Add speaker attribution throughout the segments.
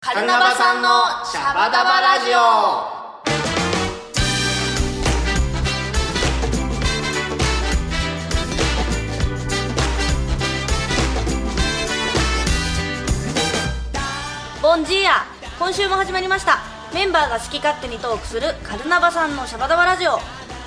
Speaker 1: カルナバさんのシャバダバラジオ
Speaker 2: ボンジーア今週も始まりましたメンバーが好き勝手にトークするカルナバさんのシャバダバラジオ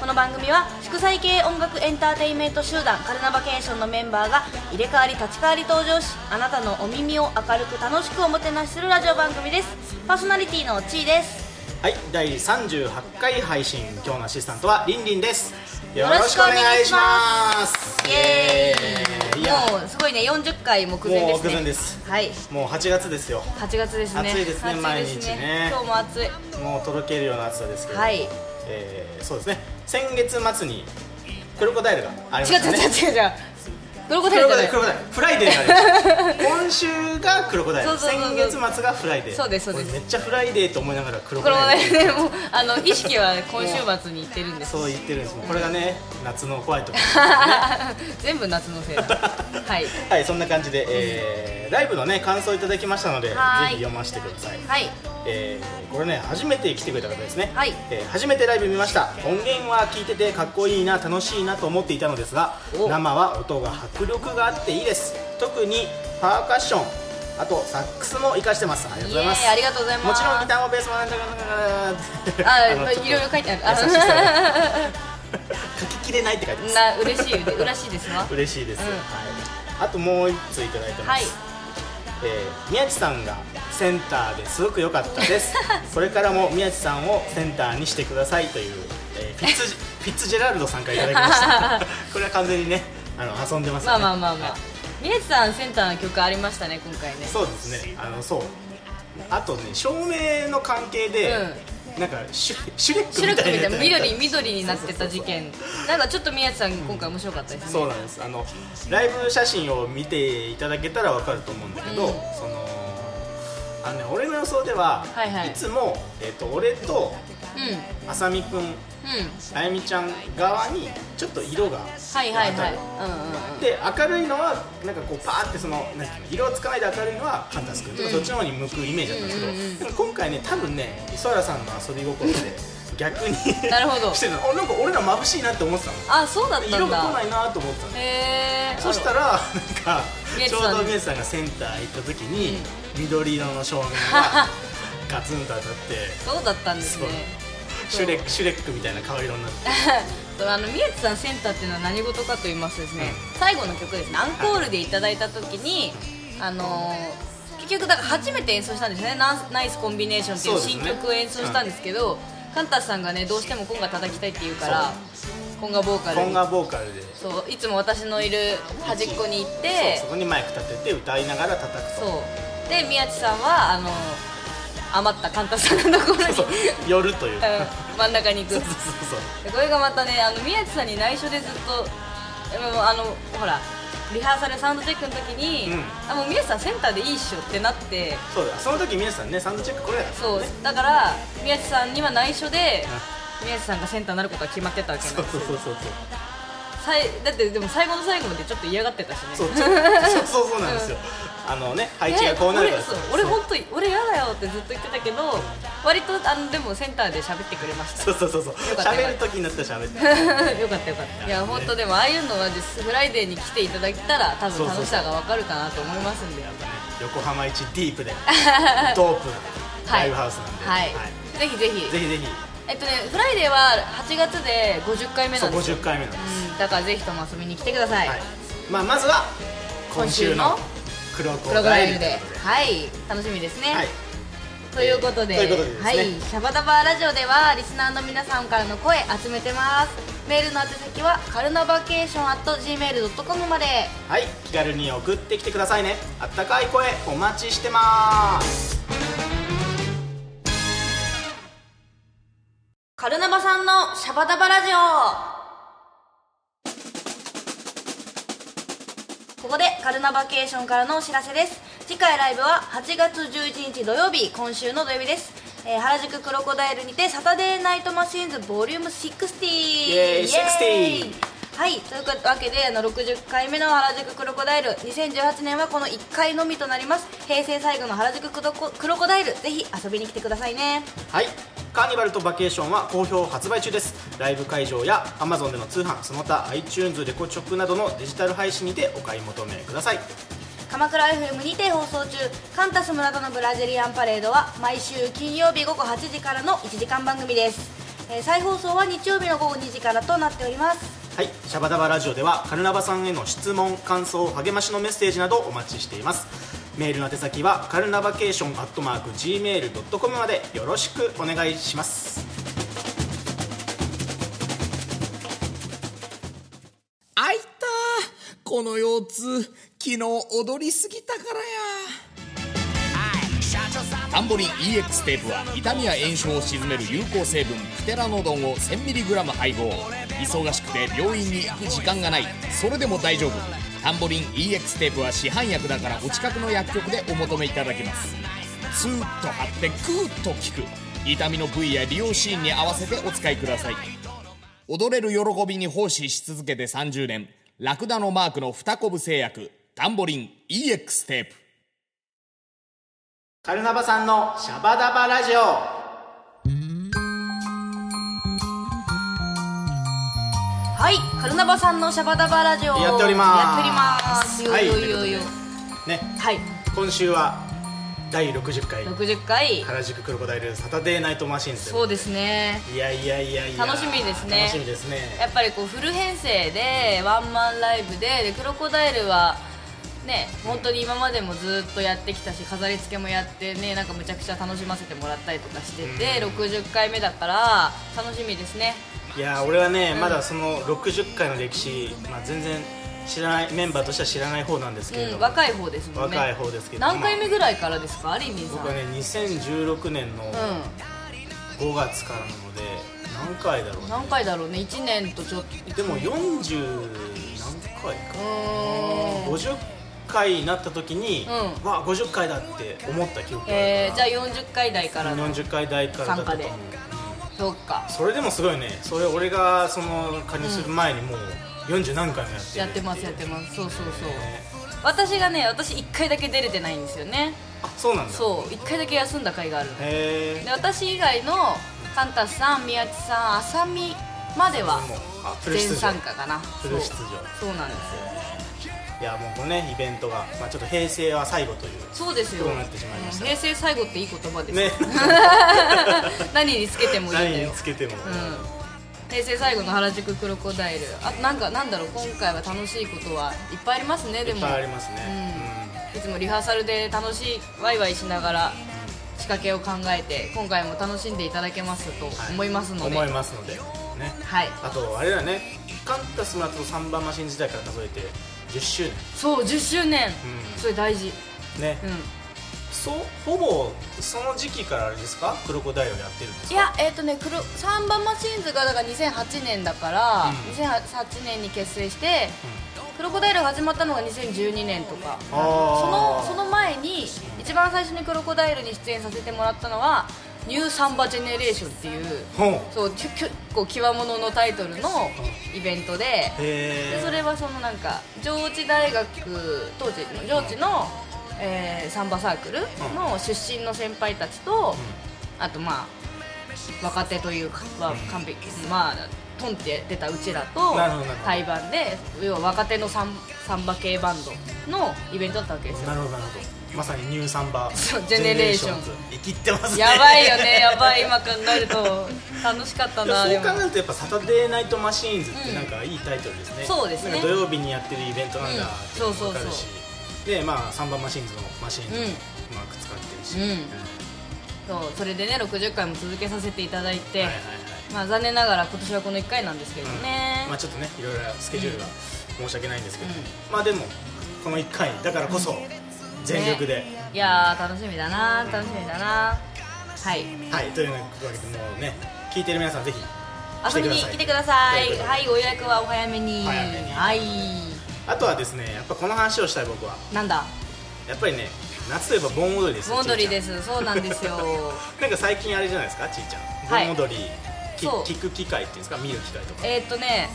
Speaker 2: この番組は祝祭系音楽エンターテインメント集団カルナバケーションのメンバーが入れ替わり立ち替わり登場しあなたのお耳を明るく楽しくおもてなしするラジオ番組ですパーソナリティのちーです
Speaker 1: はい第38回配信今日のアシスタントはりんりんですよろ
Speaker 2: ろ
Speaker 1: し
Speaker 2: し
Speaker 1: く
Speaker 2: く
Speaker 1: お
Speaker 2: お
Speaker 1: 願
Speaker 2: 願
Speaker 1: い
Speaker 2: い
Speaker 1: し
Speaker 2: し
Speaker 1: ま
Speaker 2: ますイエーイ
Speaker 1: いや
Speaker 2: もうすごいね40回目前ですね
Speaker 1: もう目前です
Speaker 2: はい
Speaker 1: もう8月ですよ
Speaker 2: 8月ですね
Speaker 1: 暑いですね毎日ね
Speaker 2: 今日も暑い
Speaker 1: もうとろけるような暑さですけど、
Speaker 2: はい
Speaker 1: えーそうですね先月末にクロコダイルがありまし
Speaker 2: 違う
Speaker 1: た
Speaker 2: 違う
Speaker 1: ね
Speaker 2: 違う違うどこ
Speaker 1: ク
Speaker 2: 食
Speaker 1: ロ
Speaker 2: べた
Speaker 1: コダ
Speaker 2: の
Speaker 1: イルクロコダイルフライデーにな りました今週がクロコダイ
Speaker 2: そ
Speaker 1: ル
Speaker 2: うそうそうそう
Speaker 1: 先月末がフライデー
Speaker 2: そうですそうです
Speaker 1: 俺めっちゃフライデーと思いながらクロコ
Speaker 2: これも
Speaker 1: ダイル
Speaker 2: ね、もうあの意識は今週末に行ってるんです。
Speaker 1: そう言ってるんですもうこれがね夏の怖いところ
Speaker 2: 全部夏のせい だ。はい。
Speaker 1: はいそんな感じで、えーライブのね感想いただきましたのでぜ
Speaker 2: はーい
Speaker 1: ひ読ませてください、
Speaker 2: はい。
Speaker 1: えーこれね初めて来てくれた方ですね、
Speaker 2: はい
Speaker 1: えー初めてライブ見ました音源は聞いててかっこいいな楽しいなと思っていたのですが
Speaker 2: お
Speaker 1: 生は音が迫力があっていいです特にパーカッションあとサックスも活かしてますありがとうございます
Speaker 2: イエーイありがとうございます
Speaker 1: もちろんギターもベースもなんだかなんだか
Speaker 2: あ
Speaker 1: のちょっと
Speaker 2: いろいろ書いてある。
Speaker 1: 優しさ
Speaker 2: あ
Speaker 1: 書ききれないって書いてます
Speaker 2: な嬉しい嬉しいですわ。
Speaker 1: 嬉しいです、
Speaker 2: うん
Speaker 1: はい、あともう一ついただいてま
Speaker 2: はい
Speaker 1: す、。えー宮地さんがセンターですごく良かったです これからも宮地さんをセンターにしてくださいという、えーフィッ ツジフィッツジェラルドさんからいただきましたこれは完全にねあの遊んでます
Speaker 2: ま
Speaker 1: よ
Speaker 2: あ
Speaker 1: ね
Speaker 2: まあまあま
Speaker 1: は
Speaker 2: あ。宮地さんセンターの曲ありましたね今回ね
Speaker 1: い。そうですねあのそうあとね照明の関係で、なんかシュシュレック
Speaker 2: 白
Speaker 1: み
Speaker 2: く
Speaker 1: たい
Speaker 2: みたい
Speaker 1: なやつ
Speaker 2: な
Speaker 1: やった
Speaker 2: 緑緑になってた事件。なんかちょっと宮地さん今回面白かったですね。
Speaker 1: そうなんですあのライブ写真を見ていただけたらわかると思うんだけど、
Speaker 2: うん
Speaker 1: そのあの、ね、俺の予想では、
Speaker 2: はいはい
Speaker 1: つも、えっと俺と
Speaker 2: うんうん。
Speaker 1: あさみくんあやみちゃん側にちょっと色が
Speaker 2: はいはい
Speaker 1: 当た
Speaker 2: はい。
Speaker 1: る
Speaker 2: う
Speaker 1: で明るいのはなんかこうパーってそのなんていうの色をつかないで明るいのはカンタスくんとか、
Speaker 2: うん
Speaker 1: そっちの方に向くイメージだったんですけど、
Speaker 2: うんうんうん
Speaker 1: でも今回ね多分ね磯原さんの遊び心で逆に
Speaker 2: なるほど
Speaker 1: してたのおなんか俺ら眩しいなって思ってたの
Speaker 2: んうん。あそうだったんだ。
Speaker 1: 色が来ないなと思ってたの
Speaker 2: へえ。
Speaker 1: そしたらなんか
Speaker 2: 宮地
Speaker 1: ちょ
Speaker 2: さ
Speaker 1: うんど宮地さんがセンター行った時に、緑色の照明がガツンと当 たって
Speaker 2: そうだったんですね。
Speaker 1: シュレックシュレックみたいな顔色になって
Speaker 2: そうあの宮地さんセンターっていうのは何事かと言いますとですね、最後の曲ですねアンコールでいただいた時に、あのー結局だから初めて演奏したんですね「ナイスナイスコンビネーション」っていう
Speaker 1: そうです
Speaker 2: 新
Speaker 1: ね
Speaker 2: 曲を演奏したんですけどカンタスさんがねどうしても今が叩きたいって言うから今がボーカル
Speaker 1: コンガ
Speaker 2: に
Speaker 1: ボーカルで
Speaker 2: そういつも私のいる端っこに行っ
Speaker 1: そう
Speaker 2: て
Speaker 1: そこにマイク立てて歌いながら叩く
Speaker 2: そう
Speaker 1: と
Speaker 2: で宮地さんはあのー余ったカンタスさんのところに
Speaker 1: そう寄るというそう
Speaker 2: うん真ん中に行
Speaker 1: そう
Speaker 2: く
Speaker 1: そうそう
Speaker 2: でこれがまたねあの宮地さんに内緒でずっとでもあのほらリハーサルサウンドチェックの時に、
Speaker 1: うん
Speaker 2: あもう宮地さんセンターでいいっしょってなって
Speaker 1: そうだその時皆さんねサウンドチェックこれだから
Speaker 2: そうだから宮地さんには内緒で宮地さんがセンターになることは決まってたわけなん
Speaker 1: そう
Speaker 2: です
Speaker 1: そうそうそう
Speaker 2: さいだってでも最後の最後までちょっと嫌がってたしね
Speaker 1: そうそうそうそうそうなんですよあのね配置がこうなるから
Speaker 2: え俺そう俺本当に俺嫌だよってずっと言ってたけど割とあのでもセンターで喋ってくれました
Speaker 1: そうそうそうそう
Speaker 2: よかったよかった
Speaker 1: 喋る時になったら 喋って
Speaker 2: よかったよかったいや本当でもああいうのはですフライデーに来ていただけたら多分楽しさがわかるかなと思いますんで
Speaker 1: 横浜一ディープで ドープなライブハウスなんで、
Speaker 2: はい、ぜひぜ
Speaker 1: ぜ
Speaker 2: ひ
Speaker 1: ひぜひ
Speaker 2: えっとねフライデーは8月で50回目
Speaker 1: そ
Speaker 2: な
Speaker 1: うん
Speaker 2: ですよ
Speaker 1: 50回目なんです、
Speaker 2: うんだからぜひとも遊びに来てください、
Speaker 1: はいまあ、まずは今週の
Speaker 2: 今
Speaker 1: 黒子
Speaker 2: プログ
Speaker 1: ラ
Speaker 2: ラ
Speaker 1: イ
Speaker 2: イ
Speaker 1: ブ
Speaker 2: ブ
Speaker 1: という
Speaker 2: で
Speaker 1: ことで
Speaker 2: はい楽しみですね、
Speaker 1: はい
Speaker 2: ということで
Speaker 1: ということでですね
Speaker 2: はい、シャバダバラジオではリスナーの皆さんからの声集めてますメールの宛先はカルナバケーション at gmail.com まで
Speaker 1: はい、気軽に送ってきてくださいねあったかい声お待ちしてます
Speaker 2: カルナバさんのシャバダバラジオここでカルナバケーションからのお知らせです次回ライブは8月11日土曜日今週の土曜日です、えー原宿クロコダイルにてサタデーナイトマシーンズボリューム60
Speaker 1: イエーイ
Speaker 2: イエーイ
Speaker 1: 60
Speaker 2: はいというわけであの60回目の原宿クロコダイル2018年はこの1回のみとなります平成最後の原宿クロコクロコダイルぜひ遊びに来てくださいね
Speaker 1: はいカーニバルとバケーションは好評発売中ですライブ会場や Amazon での通販その他 iTunes レコチョクなどのデジタル配信にてお買い求めください
Speaker 2: 鎌倉 FM にて放送中カンタス村田のブラジリアンパレードは毎週金曜日午後8時からの1時間番組です、えー再放送は日曜日の午後2時からとなっております
Speaker 1: はい、シャバダバラジオではカルナバさんへの質問感想励ましのメッセージなどお待ちしていますメールの宛先はカルナバケーションアットマーク Gmail.com までよろしくお願いします
Speaker 3: あいたこの腰痛昨日踊りすぎたからやタンボリン EX テープは痛みや炎症を鎮める有効成分プテラノドンを 1000mg 配合忙しくて病院に行く時間がないそれでも大丈夫タンボリン EX テープは市販薬だからお近くの薬局でお求めいただけますスーッと貼ってグーッと効く痛みの部位や利用シーンに合わせてお使いください踊れる喜びに奉仕し続けて30年ラクダのマークの二コブ製薬タンボリン EX テープ
Speaker 1: カルナバさんのシャバダバラジオ
Speaker 2: はいカルナバさんのシャバダバラジオ
Speaker 1: やっております
Speaker 2: やっておりますよ
Speaker 1: はい
Speaker 2: いよいよいよ
Speaker 1: ね
Speaker 2: はい、
Speaker 1: 今週は第60回
Speaker 2: 60回
Speaker 1: 原宿クロコダイルサタデーナイトマシンズ
Speaker 2: そうですね
Speaker 1: いやいやいやいや
Speaker 2: 楽しみですね
Speaker 1: 楽しみですね
Speaker 2: やっぱりこうフル編成でワンマンライブででクロコダイルはね本当に今までもずっとやってきたし飾り付けもやってねなんかむちゃくちゃ楽しませてもらったりとかしてて、60回目だから楽しみですね
Speaker 1: いや俺はね、まだその60回の歴史、まあ、全然知らないメンバーとしては知らない方なんですけれど
Speaker 2: う
Speaker 1: も、
Speaker 2: ん、若い方ですもんね
Speaker 1: 若い方ですけど
Speaker 2: 何回目ぐらいからですかアリミンさん
Speaker 1: 僕はね2016年の
Speaker 2: う
Speaker 1: 5月からなので何回だろうんね
Speaker 2: 何回だろうね1年とちょっと
Speaker 1: でも40何回
Speaker 2: う
Speaker 1: か
Speaker 2: ーん
Speaker 1: 50回になった時に、
Speaker 2: うん
Speaker 1: わあ50回だって思った記憶があ
Speaker 2: え
Speaker 1: る
Speaker 2: ー、
Speaker 1: か
Speaker 2: じゃ
Speaker 1: ら、
Speaker 2: あ40回台からの
Speaker 1: 40回台からだったと思う
Speaker 2: 参そうか
Speaker 1: それでもすごいねそれ俺がその加入する前にもう40何回もやってる
Speaker 2: やってますやってますそうそうそう私がね私1回だけ出れてないんですよね
Speaker 1: あそうなんだ
Speaker 2: そう1回だけ休んだ回があるの
Speaker 1: へえ
Speaker 2: で私以外のカンタスさん宮地さん浅見までは
Speaker 1: もうあフル
Speaker 2: 全
Speaker 1: 出場
Speaker 2: 参加かな
Speaker 1: フル出
Speaker 2: そ
Speaker 1: 場
Speaker 2: うそうなんですよ
Speaker 1: いやもうこのねイベントが、まあ、ちょっと平成は最後という
Speaker 2: そうですよ
Speaker 1: そうなってしまいました
Speaker 2: うん平成最後っていい言葉です、
Speaker 1: ね
Speaker 2: 何につけてもいいんだ
Speaker 1: 何
Speaker 2: よ
Speaker 1: につけても、
Speaker 2: うん平成最後の原宿クロコダイルあとなんかなんだろう今回は楽しいことはいっぱいありますねで
Speaker 1: い
Speaker 2: も
Speaker 1: っぱいありますね、
Speaker 2: いつもリハーサルで楽しいワイワイしながら仕掛けを考えて今回も楽しんでいただけますと
Speaker 1: はい
Speaker 2: 思いますので、
Speaker 1: 思
Speaker 2: はいい、
Speaker 1: ますのでねあとあれだねカンタス村と3番マシン時代から数えて10周年
Speaker 2: そう10周年、
Speaker 1: うん
Speaker 2: それ大事
Speaker 1: ね、
Speaker 2: うん
Speaker 1: そうほぼその時期からあれですかクロコダイルをやってるんですか
Speaker 2: いやえっ、とね黒3番マシーンズがだから2008年だから、
Speaker 1: うん
Speaker 2: 2008年に結成して、クロコダイルが始まったのが2012年とかその
Speaker 1: あー
Speaker 2: その前に一番最初にクロコダイルに出演させてもらったのは「ニューサンバジェネレーション」っていう
Speaker 1: ほん
Speaker 2: そうきょきょ結構きわもののタイトルのイベントで
Speaker 1: へ
Speaker 2: でそ
Speaker 1: え
Speaker 2: れはそのなんか上智大学当時の上智の、えーサンバサークルの出身の先輩たちと、あとまあ若手というかは
Speaker 1: うん
Speaker 2: 完璧、まあトンって出たうちらと
Speaker 1: なるほどなるほど
Speaker 2: 対バンで要は若手のサンサンバ系バンドのイベントだったわけですよ
Speaker 1: なるほどなるほどまさにニューサンバ
Speaker 2: そうジェネレーション
Speaker 1: ジェネレーションズ生きってますね
Speaker 2: やばいよねやばい今考えると楽しかった
Speaker 1: いや
Speaker 2: なでも
Speaker 1: そう考えるとやっぱ「サタデーナイトマシーンズ」っ
Speaker 2: う
Speaker 1: て
Speaker 2: ん
Speaker 1: なんかいいタイトルですね、
Speaker 2: そうですね
Speaker 1: なんか土曜日にやってるイベントなんだっていうのもわか
Speaker 2: うん
Speaker 1: る
Speaker 2: そ
Speaker 1: し
Speaker 2: う、
Speaker 1: でまあ3番マシーンズのマシーンズ
Speaker 2: う
Speaker 1: も
Speaker 2: ん
Speaker 1: うまく使ってるし、
Speaker 2: うんそうそれでね60回も続けさせていただいて、
Speaker 1: はいはいはい
Speaker 2: まあ、残念ながら今年はこの1回なんですけどね、
Speaker 1: うんまあ、ちょっとねいろいろスケジュールが申し訳ないんですけど、
Speaker 2: うん
Speaker 1: まあでもこの1回だからこそ全力で、
Speaker 2: ねいやー楽しみだな楽しみだなはい
Speaker 1: はいというわけでもうね聞いてる皆さんぜひ
Speaker 2: 遊びに来てくださいはいご予約はお早めに
Speaker 1: お早めに
Speaker 2: はい
Speaker 1: あとはですねやっぱこの話をしたい僕は
Speaker 2: なんだ
Speaker 1: やっぱりね夏といえば盆踊りですよ
Speaker 2: 盆踊り
Speaker 1: ちいちゃん
Speaker 2: ですそうなんです よ
Speaker 1: なんか最近あれじゃないですかちいちゃん
Speaker 2: はい
Speaker 1: 盆踊り、き
Speaker 2: そう
Speaker 1: 聞く機会っていうんですか見る機会とか
Speaker 2: えーっとね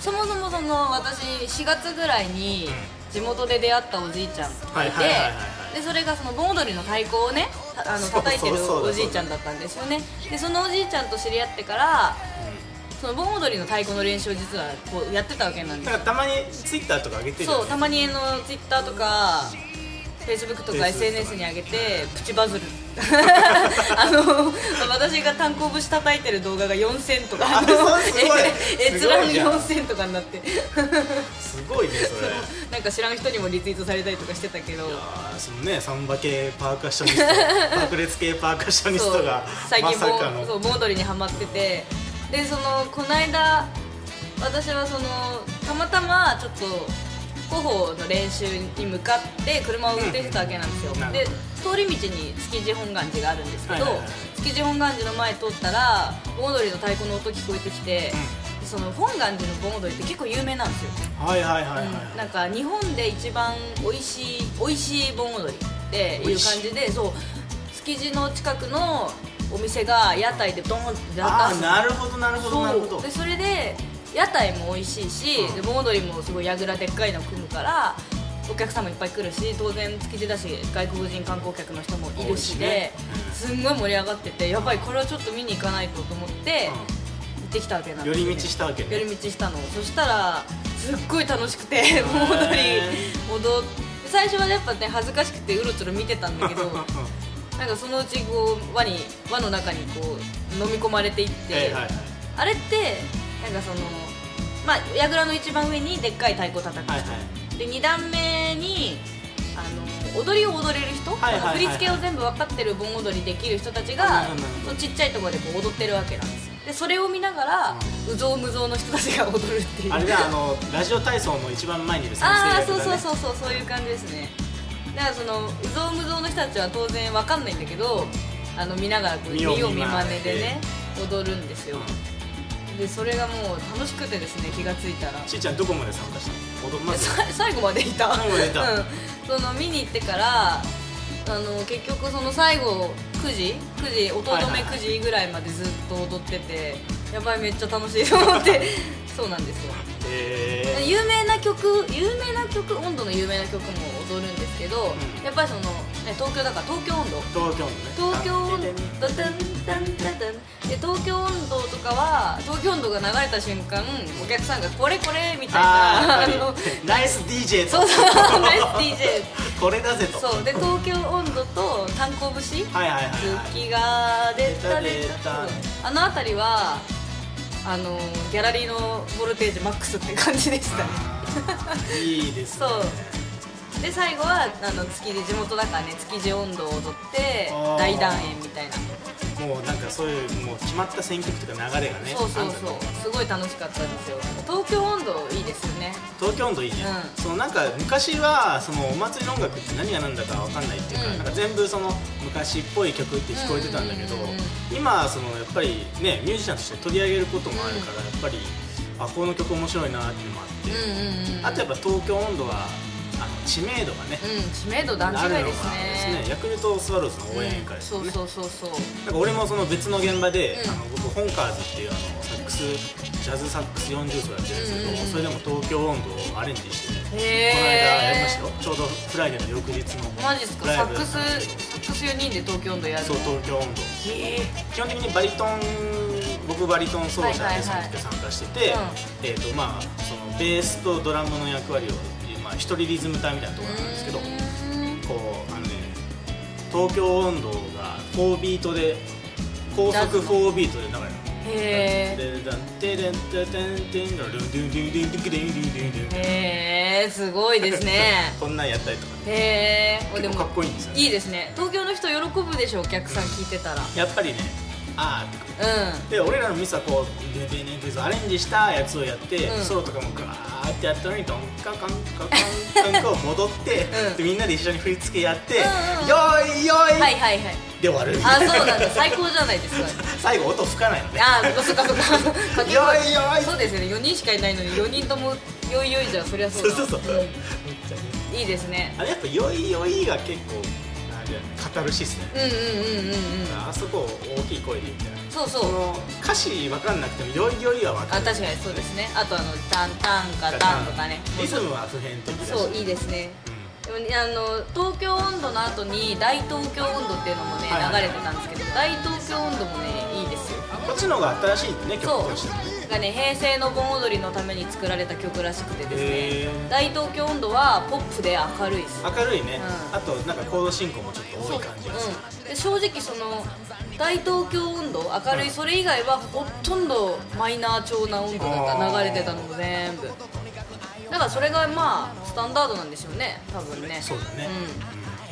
Speaker 2: そもそもその私4月ぐらいに地元で出会ったおじいちゃんがいて
Speaker 1: はいはいはいはいはい
Speaker 2: でそれがその盆踊りの太鼓をねたあの
Speaker 1: そうそう
Speaker 2: 叩いてる
Speaker 1: そうだ
Speaker 2: おじいちゃんだったんですよねでそのおじいちゃんと知り合ってからその盆踊りの太鼓の練習を実はこうやってたわけなんです
Speaker 1: なんかたまにツイッターとか上げてるよ、
Speaker 2: そ
Speaker 1: ね、
Speaker 2: うたまにあのツイッターとかフェイスブックとか
Speaker 1: Facebook
Speaker 2: SNS に上げてプチバズる あの私が炭鉱節叩いてる動画が4000とか
Speaker 1: あそうすごい
Speaker 2: え閲覧
Speaker 1: すごいじゃん
Speaker 2: 4000とかになって
Speaker 1: すごいねそれ
Speaker 2: なんか知らん人にもリツイートされたりとかしてたけど
Speaker 1: あーそのねサンバ系パーカッショ ニスト爆裂系パーカッショニス
Speaker 2: そ
Speaker 1: ト
Speaker 2: う
Speaker 1: が
Speaker 2: 最
Speaker 1: ま
Speaker 2: 近
Speaker 1: さ
Speaker 2: 盆
Speaker 1: かの
Speaker 2: そう盆踊りにハマっててでそのこの間私はそのたまたまちょっと頬の練習に向かって車を運転してたわけなんですよ、
Speaker 1: うんなる
Speaker 2: で
Speaker 1: ほ
Speaker 2: 通り道に築地本願寺があるんですけど、
Speaker 1: はいはいはい
Speaker 2: 築地本願寺の前通ったら盆踊りの太鼓の音聞こえてきて、その本願寺の盆踊りって結構有名なんですよ
Speaker 1: はいはいはいはい、
Speaker 2: うんなんか日本で一番美味しい美味しい盆踊りっていう感じでそう築地の近くのお店が屋台でドーンって出
Speaker 1: あ
Speaker 2: す
Speaker 1: あなるほどなるほどなるほ
Speaker 2: そう
Speaker 1: ど
Speaker 2: でそれで屋台も美味しいし、
Speaker 1: うん
Speaker 2: で盆踊りもすごいやぐらでっかいの組むからお客さんもいっぱい来るし当然築地だし外国人観光客の人もいるしで、すんごい盛り上がっててやばいこれはちょっと見に行かないとと思って行ってきたわけなん
Speaker 1: 寄
Speaker 2: ですよね
Speaker 1: り道したわけね
Speaker 2: 寄り道したのそしたらすっごい楽しく て盆踊り踊って最初はやっぱね恥ずかしくてうろちょろ見てたんだ けどなんかそのうちこう輪に輪の中にこう飲み込まれていって、
Speaker 1: はいはいはい
Speaker 2: あれってなんかそのまあ櫓の一番上にでっかい太鼓叩く人、
Speaker 1: はいはい
Speaker 2: で2段目にあの踊りを踊れる人、
Speaker 1: はいはいはい
Speaker 2: 振り付けを全部分かってる盆踊りできる人たちが
Speaker 1: なるほどなるほど
Speaker 2: そのちっちゃいところでこう踊ってるわけなんですよでそれを見ながら、うぞうむぞうの人たちが踊るっていう
Speaker 1: あれだあのラジオ体操の一番前にいる先生
Speaker 2: ああ
Speaker 1: 役だ、
Speaker 2: そう
Speaker 1: ね、
Speaker 2: そうそうそうそういう感じですねだからそのうぞうむぞうの人たちは当然わかんないんだけどあの見ながらこう見
Speaker 1: 見
Speaker 2: よ
Speaker 1: よう
Speaker 2: う見
Speaker 1: 見ま
Speaker 2: ま
Speaker 1: ね
Speaker 2: ねでね踊るんですよでそれがもう楽しくてですね気がついたら
Speaker 1: ちーちゃんどこまで参加したの踊まず
Speaker 2: さ最後までいた
Speaker 1: 最後までいた
Speaker 2: うん、その見に行ってからあの結局その最後9時9時弟
Speaker 1: はい
Speaker 2: 目
Speaker 1: はいはい
Speaker 2: 9時ぐらいまでずっと踊っててやばいめっちゃ楽しいと思って そうなんですよ
Speaker 1: え
Speaker 2: 有名な曲有名な曲温度の有名な曲も踊るんですけど、
Speaker 1: うん
Speaker 2: やっぱりその、ね、東京だから東京温度
Speaker 1: ー、東京のね
Speaker 2: 東京温度ダダンダンダダンで東京温度とかは東京温度が流れた瞬間お客さんが「これこれ」みたいな
Speaker 1: あーや
Speaker 2: の
Speaker 1: っぱりナイス DJ と
Speaker 2: そうそうナイス DJ
Speaker 1: これだぜと
Speaker 2: そうで東京温度と炭鉱節
Speaker 1: はいはいはいはい
Speaker 2: 月が出た
Speaker 1: 出
Speaker 2: 出
Speaker 1: た出た
Speaker 2: たあの辺りはあのギャラリーのボルテージマックスって感じでしたね
Speaker 1: あーいいです
Speaker 2: そ
Speaker 1: ね
Speaker 2: うで最後はあの築地地元だからね築地温度を踊って
Speaker 1: あー
Speaker 2: 大団円みたいな
Speaker 1: もうなんかそういうもう決まった選曲とか流れがね
Speaker 2: そうそう
Speaker 1: あんだ
Speaker 2: そ
Speaker 1: ね
Speaker 2: うすごい楽しかったですよ東京温度いいですよね
Speaker 1: 東京温度いいね、
Speaker 2: う
Speaker 1: そのなんか昔はそのお祭りの音楽って何が何だか分かんないっていうか,、
Speaker 2: うん
Speaker 1: なんか全部その昔っぽい曲って聞こえてたんだけど、
Speaker 2: うんうんうんうん
Speaker 1: 今はそのやっぱりねミュージシャンとして取り上げることもあるから、やっぱりあこの曲面白いなっていうのもあっ
Speaker 2: うん
Speaker 1: て、
Speaker 2: うんうん
Speaker 1: あとやっぱ東京温度はあの知名度がね、
Speaker 2: うん知名度段違いです
Speaker 1: あるのが
Speaker 2: ね
Speaker 1: ヤクルトスワローズの応援
Speaker 2: うん
Speaker 1: 会です
Speaker 2: そ
Speaker 1: ね、
Speaker 2: うそうそうそう
Speaker 1: なんか俺もその別の現場で、
Speaker 2: うん
Speaker 1: あの僕ホンカーズっていうあのサックスジャズサックス40奏やってるんです
Speaker 2: う
Speaker 1: けど、
Speaker 2: んうんうん
Speaker 1: それでも東京温度をアレンジしてね、この間やり
Speaker 2: へ
Speaker 1: ました
Speaker 2: え
Speaker 1: よちょうどフライデーの翌日の
Speaker 2: マジっすか
Speaker 1: ライ
Speaker 2: サ
Speaker 1: ブ
Speaker 2: ックスサ
Speaker 1: だったんですけ
Speaker 2: ックス4人で東京温度やる
Speaker 1: どそう東京温度
Speaker 2: へえ
Speaker 1: 基本的にバリトン僕バリトン奏者
Speaker 2: はいはいは
Speaker 1: で
Speaker 2: い
Speaker 1: その時参加してて、えーとまあ、そのベースとドラムの役割を、まあ、一人リズム隊みたいなところなんですけど、こうあのね東京温度が4ビートで高速4ビートで流れる
Speaker 2: へえ
Speaker 1: でだてれんててんてんのルンドゥンドゥンドゥンドゥンドゥンドゥンドゥンドゥンドゥン
Speaker 2: へえすごいです ね
Speaker 1: こんなんやったりとかね
Speaker 2: へえ
Speaker 1: 結構かっこいいんですよね
Speaker 2: いいですね東京の人喜ぶでしょお客さん聞いてたら
Speaker 1: やっぱりねあーって
Speaker 2: う
Speaker 1: で俺らのミスはこうででででアレンジしたやつをやって、
Speaker 2: うん
Speaker 1: ソロとかもガーってやったのにドンカカンカカンカンこう戻って、
Speaker 2: うん
Speaker 1: でみんなで一緒に振り付けやって
Speaker 2: う
Speaker 1: 「
Speaker 2: んうん
Speaker 1: よーいよーい
Speaker 2: んはいはいはい
Speaker 1: で終わるみ
Speaker 2: あ
Speaker 1: たいな
Speaker 2: そうなんだ最高じゃないですか
Speaker 1: 最後音吹かないのね
Speaker 2: あーそっかそっかそっ か掛け声
Speaker 1: よいよい
Speaker 2: そうですよね4人しかいないのに4人ともよいよいじゃそりゃそ
Speaker 1: そうう
Speaker 2: だ
Speaker 1: そうそう、めっちゃね
Speaker 2: んいいですね
Speaker 1: あれやっぱ「よいよい」が結構あれだよねカタルシスね、
Speaker 2: うんうんうんうんうん
Speaker 1: あそこを大きい声でみたいな
Speaker 2: そうそう
Speaker 1: その歌詞分かんなくてもよりよりは分か
Speaker 2: あ
Speaker 1: る
Speaker 2: 確かにそうですねあとあの「タンタンカタン」とかね
Speaker 1: リズムは普遍的だし
Speaker 2: そういいですね
Speaker 1: う
Speaker 2: でもねあの東京温度の後に「大東京温度」っていうのもね
Speaker 1: はいはい
Speaker 2: 流れてたんですけど「大東京温度」もねいいですよ
Speaker 1: んこっちの方が新しいね曲
Speaker 2: そ
Speaker 1: としてもね
Speaker 2: うがね平成の盆踊りのために作られた曲らしくてです
Speaker 1: へ
Speaker 2: ね
Speaker 1: ー
Speaker 2: 「大東京温度」はポップで明るいです
Speaker 1: 明るいね、
Speaker 2: うん
Speaker 1: あとなんかコード進行もちょっと多
Speaker 2: そう
Speaker 1: い感じがする
Speaker 2: うん、で正直その大東京温度明るい、
Speaker 1: うん
Speaker 2: それ以外はほとんどマイナー調な温度
Speaker 1: あ
Speaker 2: が
Speaker 1: ー
Speaker 2: 流れてたの全部だからそれがまあスタンダードなんでしょうね多分ね
Speaker 1: そうだね、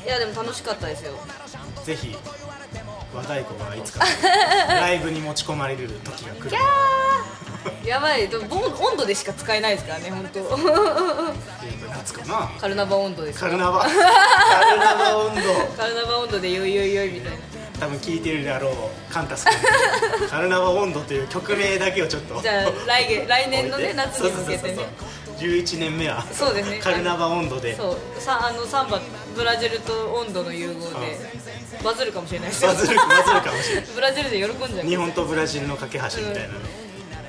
Speaker 2: うん、いやでも楽しかったですよ
Speaker 1: うんぜひ和太鼓がいつか ライブに持ち込まれる時が来る
Speaker 2: やばいでもぼん温度でしか使えないですからね本当
Speaker 1: 夏かな
Speaker 2: カルナバ温度です
Speaker 1: カ
Speaker 2: よ
Speaker 1: ルナバカルナバ温度
Speaker 2: カルナバ温度でよいよいよいみたいな
Speaker 1: 多分聞いてるであろうカンタス 君カルナバ温度という曲名だけをちょっと
Speaker 2: じゃあ来月来年の
Speaker 1: 置い
Speaker 2: ね
Speaker 1: て
Speaker 2: 夏に向けて
Speaker 1: そうそうそうそ
Speaker 2: ね
Speaker 1: う11年目は
Speaker 2: そうですね
Speaker 1: カルナバ温度で
Speaker 2: そうさあのサンバブラジルと温度の融合でバズるかもしれないですよ
Speaker 1: バズるバズるかもしれない
Speaker 2: ブラジルで喜んじゃう、
Speaker 1: 日本とブラジルの架け橋みたいなね、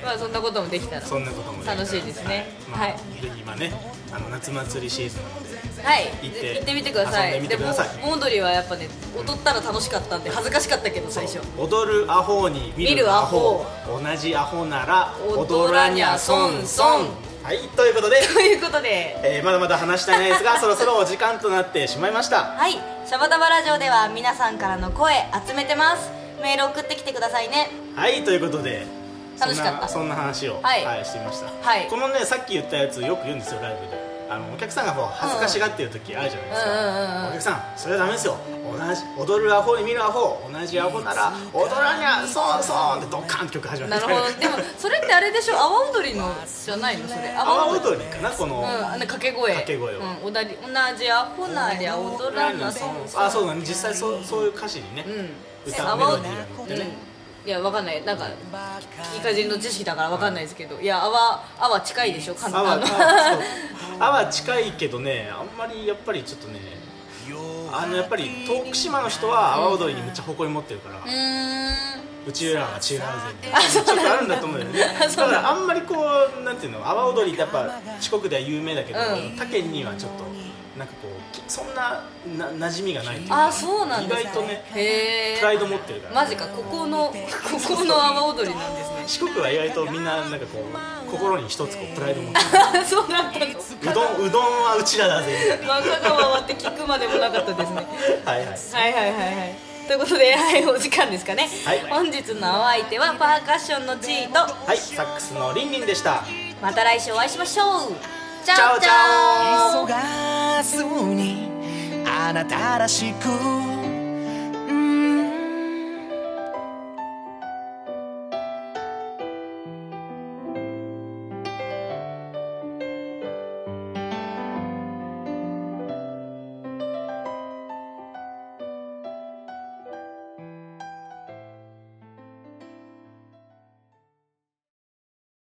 Speaker 2: まあそんなこともできたら
Speaker 1: そんなこともね
Speaker 2: 楽しいですね
Speaker 1: まあ
Speaker 2: はい
Speaker 1: ぜひ今ねあの夏祭りシーズンなので
Speaker 2: はい
Speaker 1: 行って
Speaker 2: 行ってみてください
Speaker 1: 遊んでみてください
Speaker 2: でも盆踊りはやっぱね踊ったら楽しかったんで恥ずかしかったけど最初
Speaker 1: 踊るアホに見
Speaker 2: 見る
Speaker 1: る
Speaker 2: ア
Speaker 1: ア
Speaker 2: ホ
Speaker 1: ホ同じアホなら
Speaker 2: 踊らにゃ損損
Speaker 1: はいということで、
Speaker 2: ということで
Speaker 1: えーまだまだ話したいないですがそろそろお時間となってしまいました
Speaker 4: はいシャバダバラジオでは皆さんからの声集めてますメール送ってきてくださいね
Speaker 1: はいということで
Speaker 2: 楽しかった
Speaker 1: そんなそんな話を、
Speaker 2: は
Speaker 1: はいいしてみました、
Speaker 2: はい
Speaker 1: このねさっき言ったやつよく言うんですよライブであのお客さんがこう恥ずかしがってる時あるじゃないです
Speaker 2: うんうんうん
Speaker 1: か、
Speaker 2: うん
Speaker 1: お客さんそれはダメですよ同じ踊るアホに見るアホ同じアホなら踊らにゃそうそうってドカンって曲始まる
Speaker 2: なる ほどでもそれってあれでしょ阿波踊りのじゃないのそれ阿
Speaker 1: 阿波踊りかなこの、
Speaker 2: うん、あの掛け声
Speaker 1: 掛け声を
Speaker 2: うん、おだり同じアホなりゃ踊らな損損
Speaker 1: あそうだね実際そうそういう歌詞にね、
Speaker 2: うん
Speaker 1: 歌うメロディーが載ってね、
Speaker 2: いやわかんないなんか聞きかじりの知識だからわかんないですけどいや阿波阿波近いでしょ簡
Speaker 1: あわ
Speaker 2: 単な
Speaker 1: あそうあわ近いけどねあんまりやっぱりちょっとねあのやっぱり徳島の人は阿波踊りにめっちゃ誇り持ってるから、うちらは違うぜみたいなちょっとあるんだと思うよねだからあんまりこうなんていうの阿波踊りってやっぱ四国では有名だけど、
Speaker 2: うん
Speaker 1: 他県にはちょっとなんかこうきそんなな馴染みがないというか
Speaker 2: あそうなんですね
Speaker 1: 意外とね
Speaker 2: へえ
Speaker 1: プライド持ってるから
Speaker 2: マジかここのここの阿波踊りなん ですね
Speaker 1: 四国は意外とみんななんかこう心に一つこうプライド 持って
Speaker 2: あそうだったの
Speaker 1: るうどんうどんはうちらだぜみたいな
Speaker 2: 若川はって聞くまでもなかったですね
Speaker 1: はいはい
Speaker 2: はいはいはいはいということで、はい、お時間ですかね、
Speaker 1: はい
Speaker 2: 本日のお相手はパーカッションのチーと
Speaker 1: はいサックスのりんりんでした
Speaker 2: また来週お会いしましょうチ
Speaker 1: チャオチャオ
Speaker 5: 急がずにあなたらしく